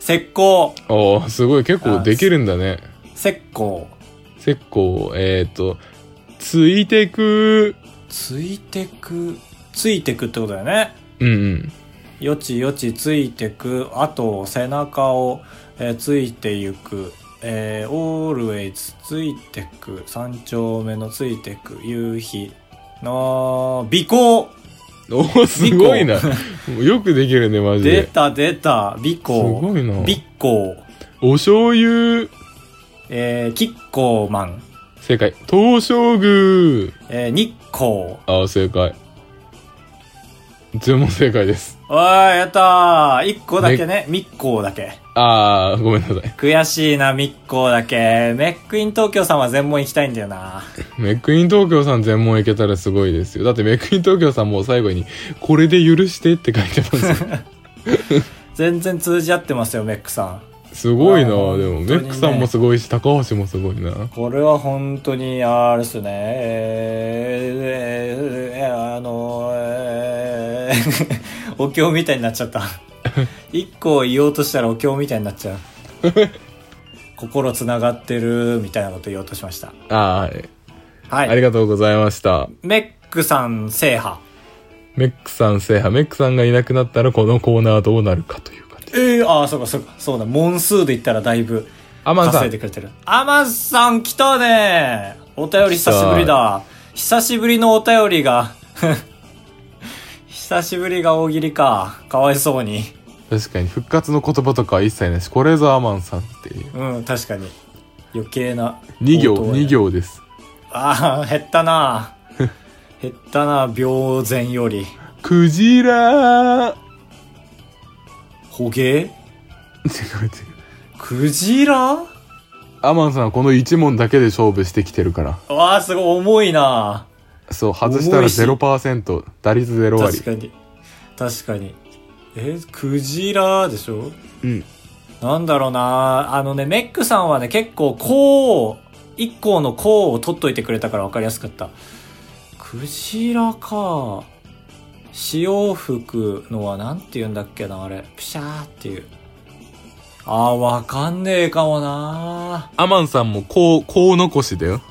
Speaker 1: 石膏。
Speaker 2: ああ、すごい。結構できるんだね。
Speaker 1: 石膏。
Speaker 2: 結構、えっ、ー、と、ついてく。
Speaker 1: ついてく。ついてくってことだよね。
Speaker 2: うんうん。
Speaker 1: よちよちついてく。あと、背中を、えーついてゆく。えー、always ついてく。三丁目のついてく。夕日の、尾行。
Speaker 2: おーすごいな。よくできるね、マジ
Speaker 1: 出
Speaker 2: で。
Speaker 1: た出た。尾
Speaker 2: す
Speaker 1: 行。
Speaker 2: ごいな。
Speaker 1: 尾行。
Speaker 2: お醤油。
Speaker 1: えー、キッコーマン。
Speaker 2: 正解。東照宮。
Speaker 1: えー、日光。
Speaker 2: ああ、正解。全問正解です。
Speaker 1: おーい、やったー。一個だけね。密航だけ。
Speaker 2: ああ、ごめんなさい。
Speaker 1: 悔しいな、密航だけ。メックイン東京さんは全問行きたいんだよ な。
Speaker 2: メックイン東京さん全問いけたらすごいですよ。だってメックイン東京さんもう最後に、これで許してって書いてたんですよ。
Speaker 1: 全然通じ合ってますよ、メックさん。
Speaker 2: すごいな
Speaker 1: あー
Speaker 2: でも、
Speaker 1: 本
Speaker 2: メ
Speaker 1: 当にね
Speaker 2: ックさんもすごいし、高橋もすごいな
Speaker 1: これは本当に、あれですね。えーえーえーあの、えー お経みたいになっちゃった。一個言おうとしたらお経みたいになっちゃう。心つながってる、みたいなこと言おうとしました。
Speaker 2: あーはい。
Speaker 1: は
Speaker 2: あり
Speaker 1: い。
Speaker 2: がとうございました。
Speaker 1: メックさん制覇。
Speaker 2: メックさん制覇。メックさんがいなくなったらこのコーナーどうなるかという感じ。
Speaker 1: ええああ、そうか、そうか、そうだ、モンスーで言ったらだいぶ
Speaker 2: アマンさ
Speaker 1: 稼い
Speaker 2: ん
Speaker 1: で、くれてる。アマンさん来たねお便り久しぶりだ。久しぶりのお便りが、 久しぶりが大喜利か。かわいそうに。
Speaker 2: 確かに復活の言葉とかは一切ないし、これぞアマンさんっていう。
Speaker 1: うん、確かに。余計な。
Speaker 2: 2行、
Speaker 1: 応答や
Speaker 2: 2。行です。
Speaker 1: ああ、減った な減ったな病前より。
Speaker 2: クジラー違う
Speaker 1: 捕鯨
Speaker 2: 違う。
Speaker 1: クジラ
Speaker 2: アマンさんはこの1問だけで勝負してきてるから。
Speaker 1: わあ、すごい重いな
Speaker 2: そう、外したら
Speaker 1: 重いし
Speaker 2: 0%、打率0割
Speaker 1: 確。かに確かにえクジラでしょ
Speaker 2: うん。
Speaker 1: なんだろうなあのねメックさんはね結構こう一個のこうを取っといてくれたから分かりやすかったクジラか潮吹くのはなんて言うんだっけなあれプシャーっていうあーわかんねえかもな
Speaker 2: アマンさんもこう、こう残しだよ。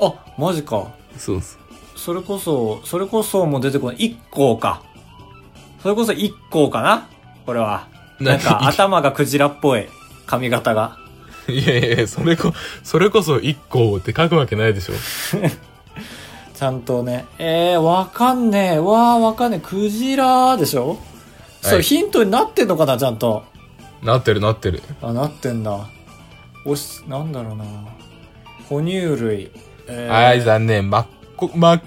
Speaker 1: あマジか
Speaker 2: そうそう。
Speaker 1: それこそそれこそもう出てこない一個かそれこそ一個かなこれはなんか頭がクジラっぽい髪型が。
Speaker 2: いやいやいや、それこ、それこそ一個って書くわけないでしょ。
Speaker 1: ちゃんとね。えー、わかんねえ。わー、わかんねえ。クジラでしょ、そ
Speaker 2: は
Speaker 1: う、
Speaker 2: い
Speaker 1: ヒントになってんのかな、ちゃんと。
Speaker 2: なってるなってる。
Speaker 1: あ、なってんだ。おし、なんだろうな。哺乳類。えー、
Speaker 2: はい、残念。まっこ、まっ、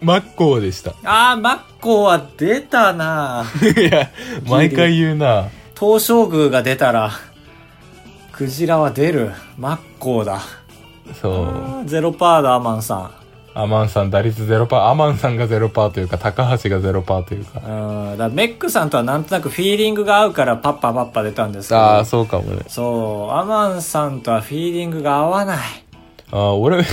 Speaker 2: まっこうでした。
Speaker 1: あー、マッコは出たな
Speaker 2: いや、毎回言うな。
Speaker 1: 東照宮が出たら、クジラは出る。マッコだ。
Speaker 2: そう。
Speaker 1: ゼロパーだ、アマンさ
Speaker 2: アマンさん打率0%パー、アマンさんが0%パーというか、高橋が0%パーというか
Speaker 1: ん。う。ん。だからメックさんとはなんとなくフィーリングが合うからパッパパッパ出たんですけど。
Speaker 2: ああ、そうかもね。
Speaker 1: そう、アマンさんとはフィーリングが合わない。
Speaker 2: ああ、俺、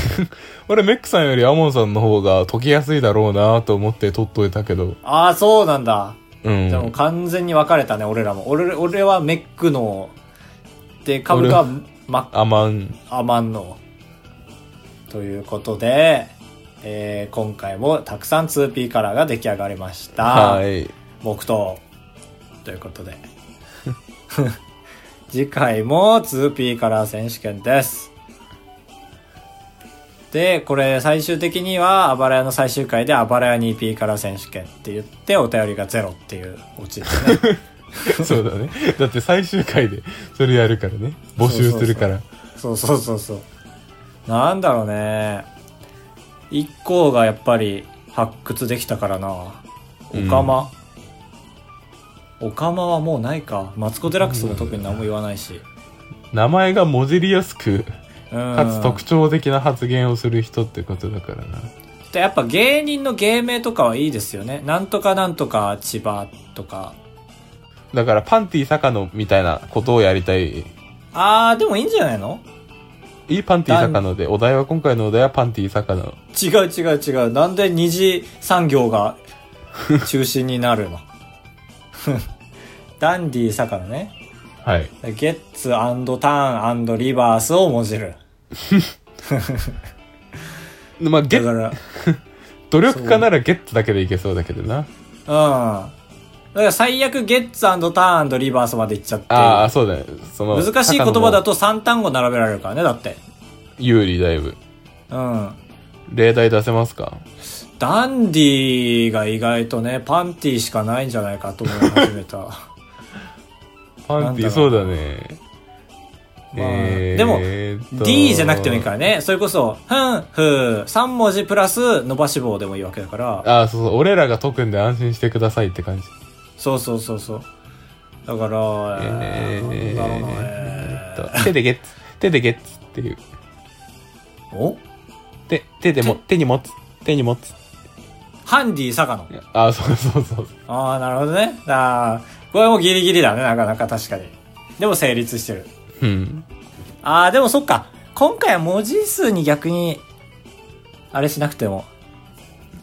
Speaker 2: 俺メックさんよりアマンさんの方が解きやすいだろうなと思って取っといたけど。
Speaker 1: ああ、そうなんだ。
Speaker 2: うん。
Speaker 1: じゃあもう完全に分かれたね、俺らも。俺、俺はメックの、で、株がマ
Speaker 2: アマン。
Speaker 1: アマンの。ということで、えー今回もたくさん 2P カラーが出来上がりました。
Speaker 2: はい。
Speaker 1: 木刀。ということで。 次回も 2P カラー選手権です。で、これ最終的には、あばら屋の最終回で、あばら屋に p から選手権って言って、お便りがゼロっていうオチです ね。
Speaker 2: そうだね。だって最終回でそれやるからね。募集するから。
Speaker 1: そうそうそうそう。なんだろうね。一行がやっぱり発掘できたからな。
Speaker 2: うん
Speaker 1: オカマ。オカマはもうないか。マツコ・デラックスも特に何も言わないし。
Speaker 2: 名前がもじりやすく、
Speaker 1: うん。
Speaker 2: かつ特徴的な発言をする人ってことだからな。
Speaker 1: でやっぱ芸人の芸名とかはいいですよね。なんとかなんとか千葉とか。
Speaker 2: だからパンティ坂野みたいなことをやりたい。
Speaker 1: あー、でもいいんじゃないの
Speaker 2: いいパンティ坂野で、お題は今回のお題はパンティ坂野。
Speaker 1: 違う違う違う。なんで二次産業 が中心になるのダンディ坂野ね。
Speaker 2: はい。
Speaker 1: ゲッツターンリバースをもじる。
Speaker 2: まあ、ゲ
Speaker 1: だ
Speaker 2: ッ
Speaker 1: から、うん。
Speaker 2: 努力家ならゲッツだけでいけそうだけどな。
Speaker 1: だから最悪ゲッツターンリバースまでいっちゃって。
Speaker 2: ああ、そうだね。その、
Speaker 1: 難しい言葉だと
Speaker 2: と。
Speaker 1: 3単語並べられるからね、だって。
Speaker 2: 有利だいぶ。
Speaker 1: うん。
Speaker 2: 例題出せますか
Speaker 1: ダンディが意外とね、パンティしかないんじゃないか と思い始めた。まあ
Speaker 2: パンティ
Speaker 1: なんだろう
Speaker 2: そうだね。えー
Speaker 1: でも、
Speaker 2: っと
Speaker 1: D じゃなくてもいいからね。それこそ、ふん、ふー、3文字プラス伸ばし棒でもいいわけだから。
Speaker 2: ああ、そうそう。俺らが解くんで安心してくださいって感じ。
Speaker 1: そうそうそうそう。だから、えー、なんだろうな、ね
Speaker 2: えーっと手でゲッツ。手でゲッツっていう。
Speaker 1: お
Speaker 2: 手、手でも、手に持つ。手に持つ。
Speaker 1: ハンディ坂野。
Speaker 2: ああ、そうそうそう。
Speaker 1: ああ、なるほどね。あーこれもギリギリだね、なかなか確かに。でも成立してる。
Speaker 2: うん。
Speaker 1: ああ、でもそっか。今回は文字数に逆に、あれしなくても、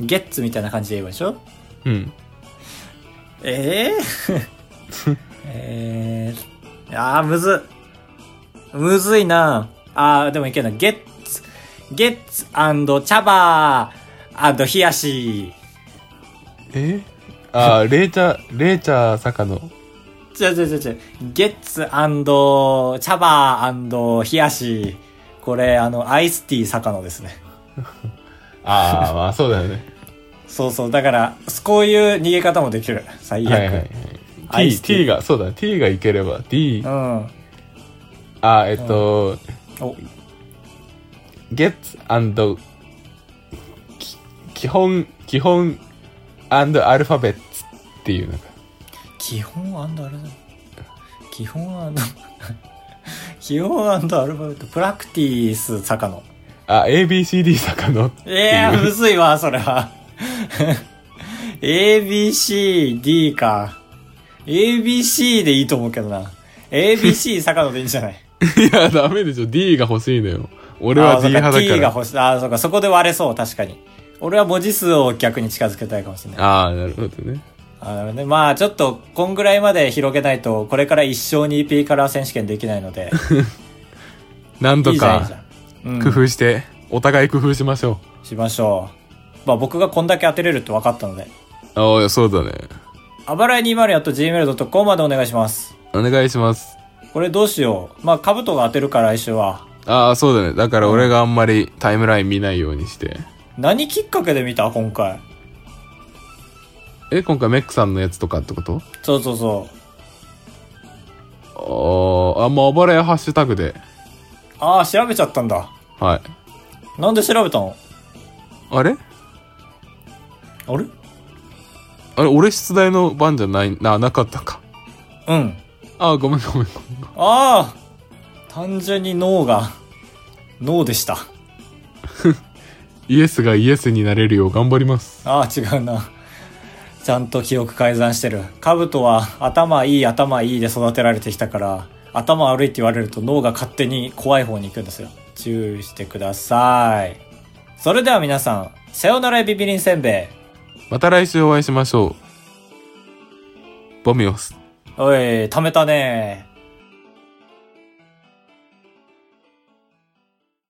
Speaker 1: ゲッツみたいな感じで言えばいいでしょ
Speaker 2: うん。
Speaker 1: ええ ええああ、むずっ。むずいな。ああ、でもいけるな。ゲッツ、ゲッツチャバー冷やし。
Speaker 2: えああ、レイチャー、レイチャー坂野。
Speaker 1: 違う違う違う違う。ゲッツチャバー冷やし。これ、あの、アイスティー坂野ですね。
Speaker 2: ああ、まあそうだよね。
Speaker 1: そうそう。だから、こういう逃げ方もできる。最悪。
Speaker 2: はいはい
Speaker 1: ア
Speaker 2: は
Speaker 1: イ
Speaker 2: い。
Speaker 1: ス
Speaker 2: T、
Speaker 1: ティー
Speaker 2: T が、そうだ、T がいければ、D
Speaker 1: う、ん。
Speaker 2: あーえっと、
Speaker 1: お、
Speaker 2: ゲッツき基本、基本、アンドアルファベットっていうのが。
Speaker 1: 基本アンドアルファベット基本アンド 基本アンドアルファベットプラクティス坂野
Speaker 2: あ、ABCD 坂野っていう。
Speaker 1: ええー、むずいわそれは ABCD か ABC でいいと思うけどな ABC 坂野でいいんじゃない
Speaker 2: いや、ダメでしょ。D が欲しいのよ。俺
Speaker 1: あ
Speaker 2: は
Speaker 1: あそう
Speaker 2: D
Speaker 1: か
Speaker 2: 派
Speaker 1: T
Speaker 2: だか
Speaker 1: が
Speaker 2: ら。
Speaker 1: 欲しいああそうかそこで割れそう確かに俺は文字数を逆に近づけたいかもしれない
Speaker 2: ああ、なるほどね。
Speaker 1: あなるほどね。まあ、ちょっと、こんぐらいまで広げないと、これから一生に EP カラー選手権できないので、
Speaker 2: なんと
Speaker 1: いいじゃん、いいじゃ
Speaker 2: か、
Speaker 1: ん。うん
Speaker 2: 工夫して、お互い工夫しましょ
Speaker 1: しましょう。まあ僕がこんだけ当てれるって分かったので。
Speaker 2: う。ああ、そうだね。
Speaker 1: あばらい 20.gmail.com までお願いします。
Speaker 2: お願いします。
Speaker 1: これどうしよう。まあ、カブトが当てるから来週は。
Speaker 2: ああ、そうだね。だから俺があんまりタイムライン見ないようにして。
Speaker 1: 何きっかけで見た今回。
Speaker 2: え、今回メックさんのやつとかってこと
Speaker 1: そうそうそう。
Speaker 2: ああ、あ、もう暴れハッシュタグで。
Speaker 1: ああ、調べちゃったんだ。
Speaker 2: はい。
Speaker 1: なんで調べたの
Speaker 2: あれ
Speaker 1: あれ
Speaker 2: あれ、俺出題の番じゃない、な、なかったか。
Speaker 1: うん。
Speaker 2: あーごめんごめんごめん。
Speaker 1: ああ単純に脳が、脳でした。
Speaker 2: イエスがイエスになれるよう頑張ります。
Speaker 1: ああ、違うな。ちゃんと記憶改ざんしてる。カブトは頭いい頭いいで育てられてきたから、頭悪いって言われると脳が勝手に怖い方に行くんですよ。注意してください。それでは皆さん、さよならエビビリンせんべい。
Speaker 2: また来週お会いしましょう。ボミオス。
Speaker 1: おい、貯めたね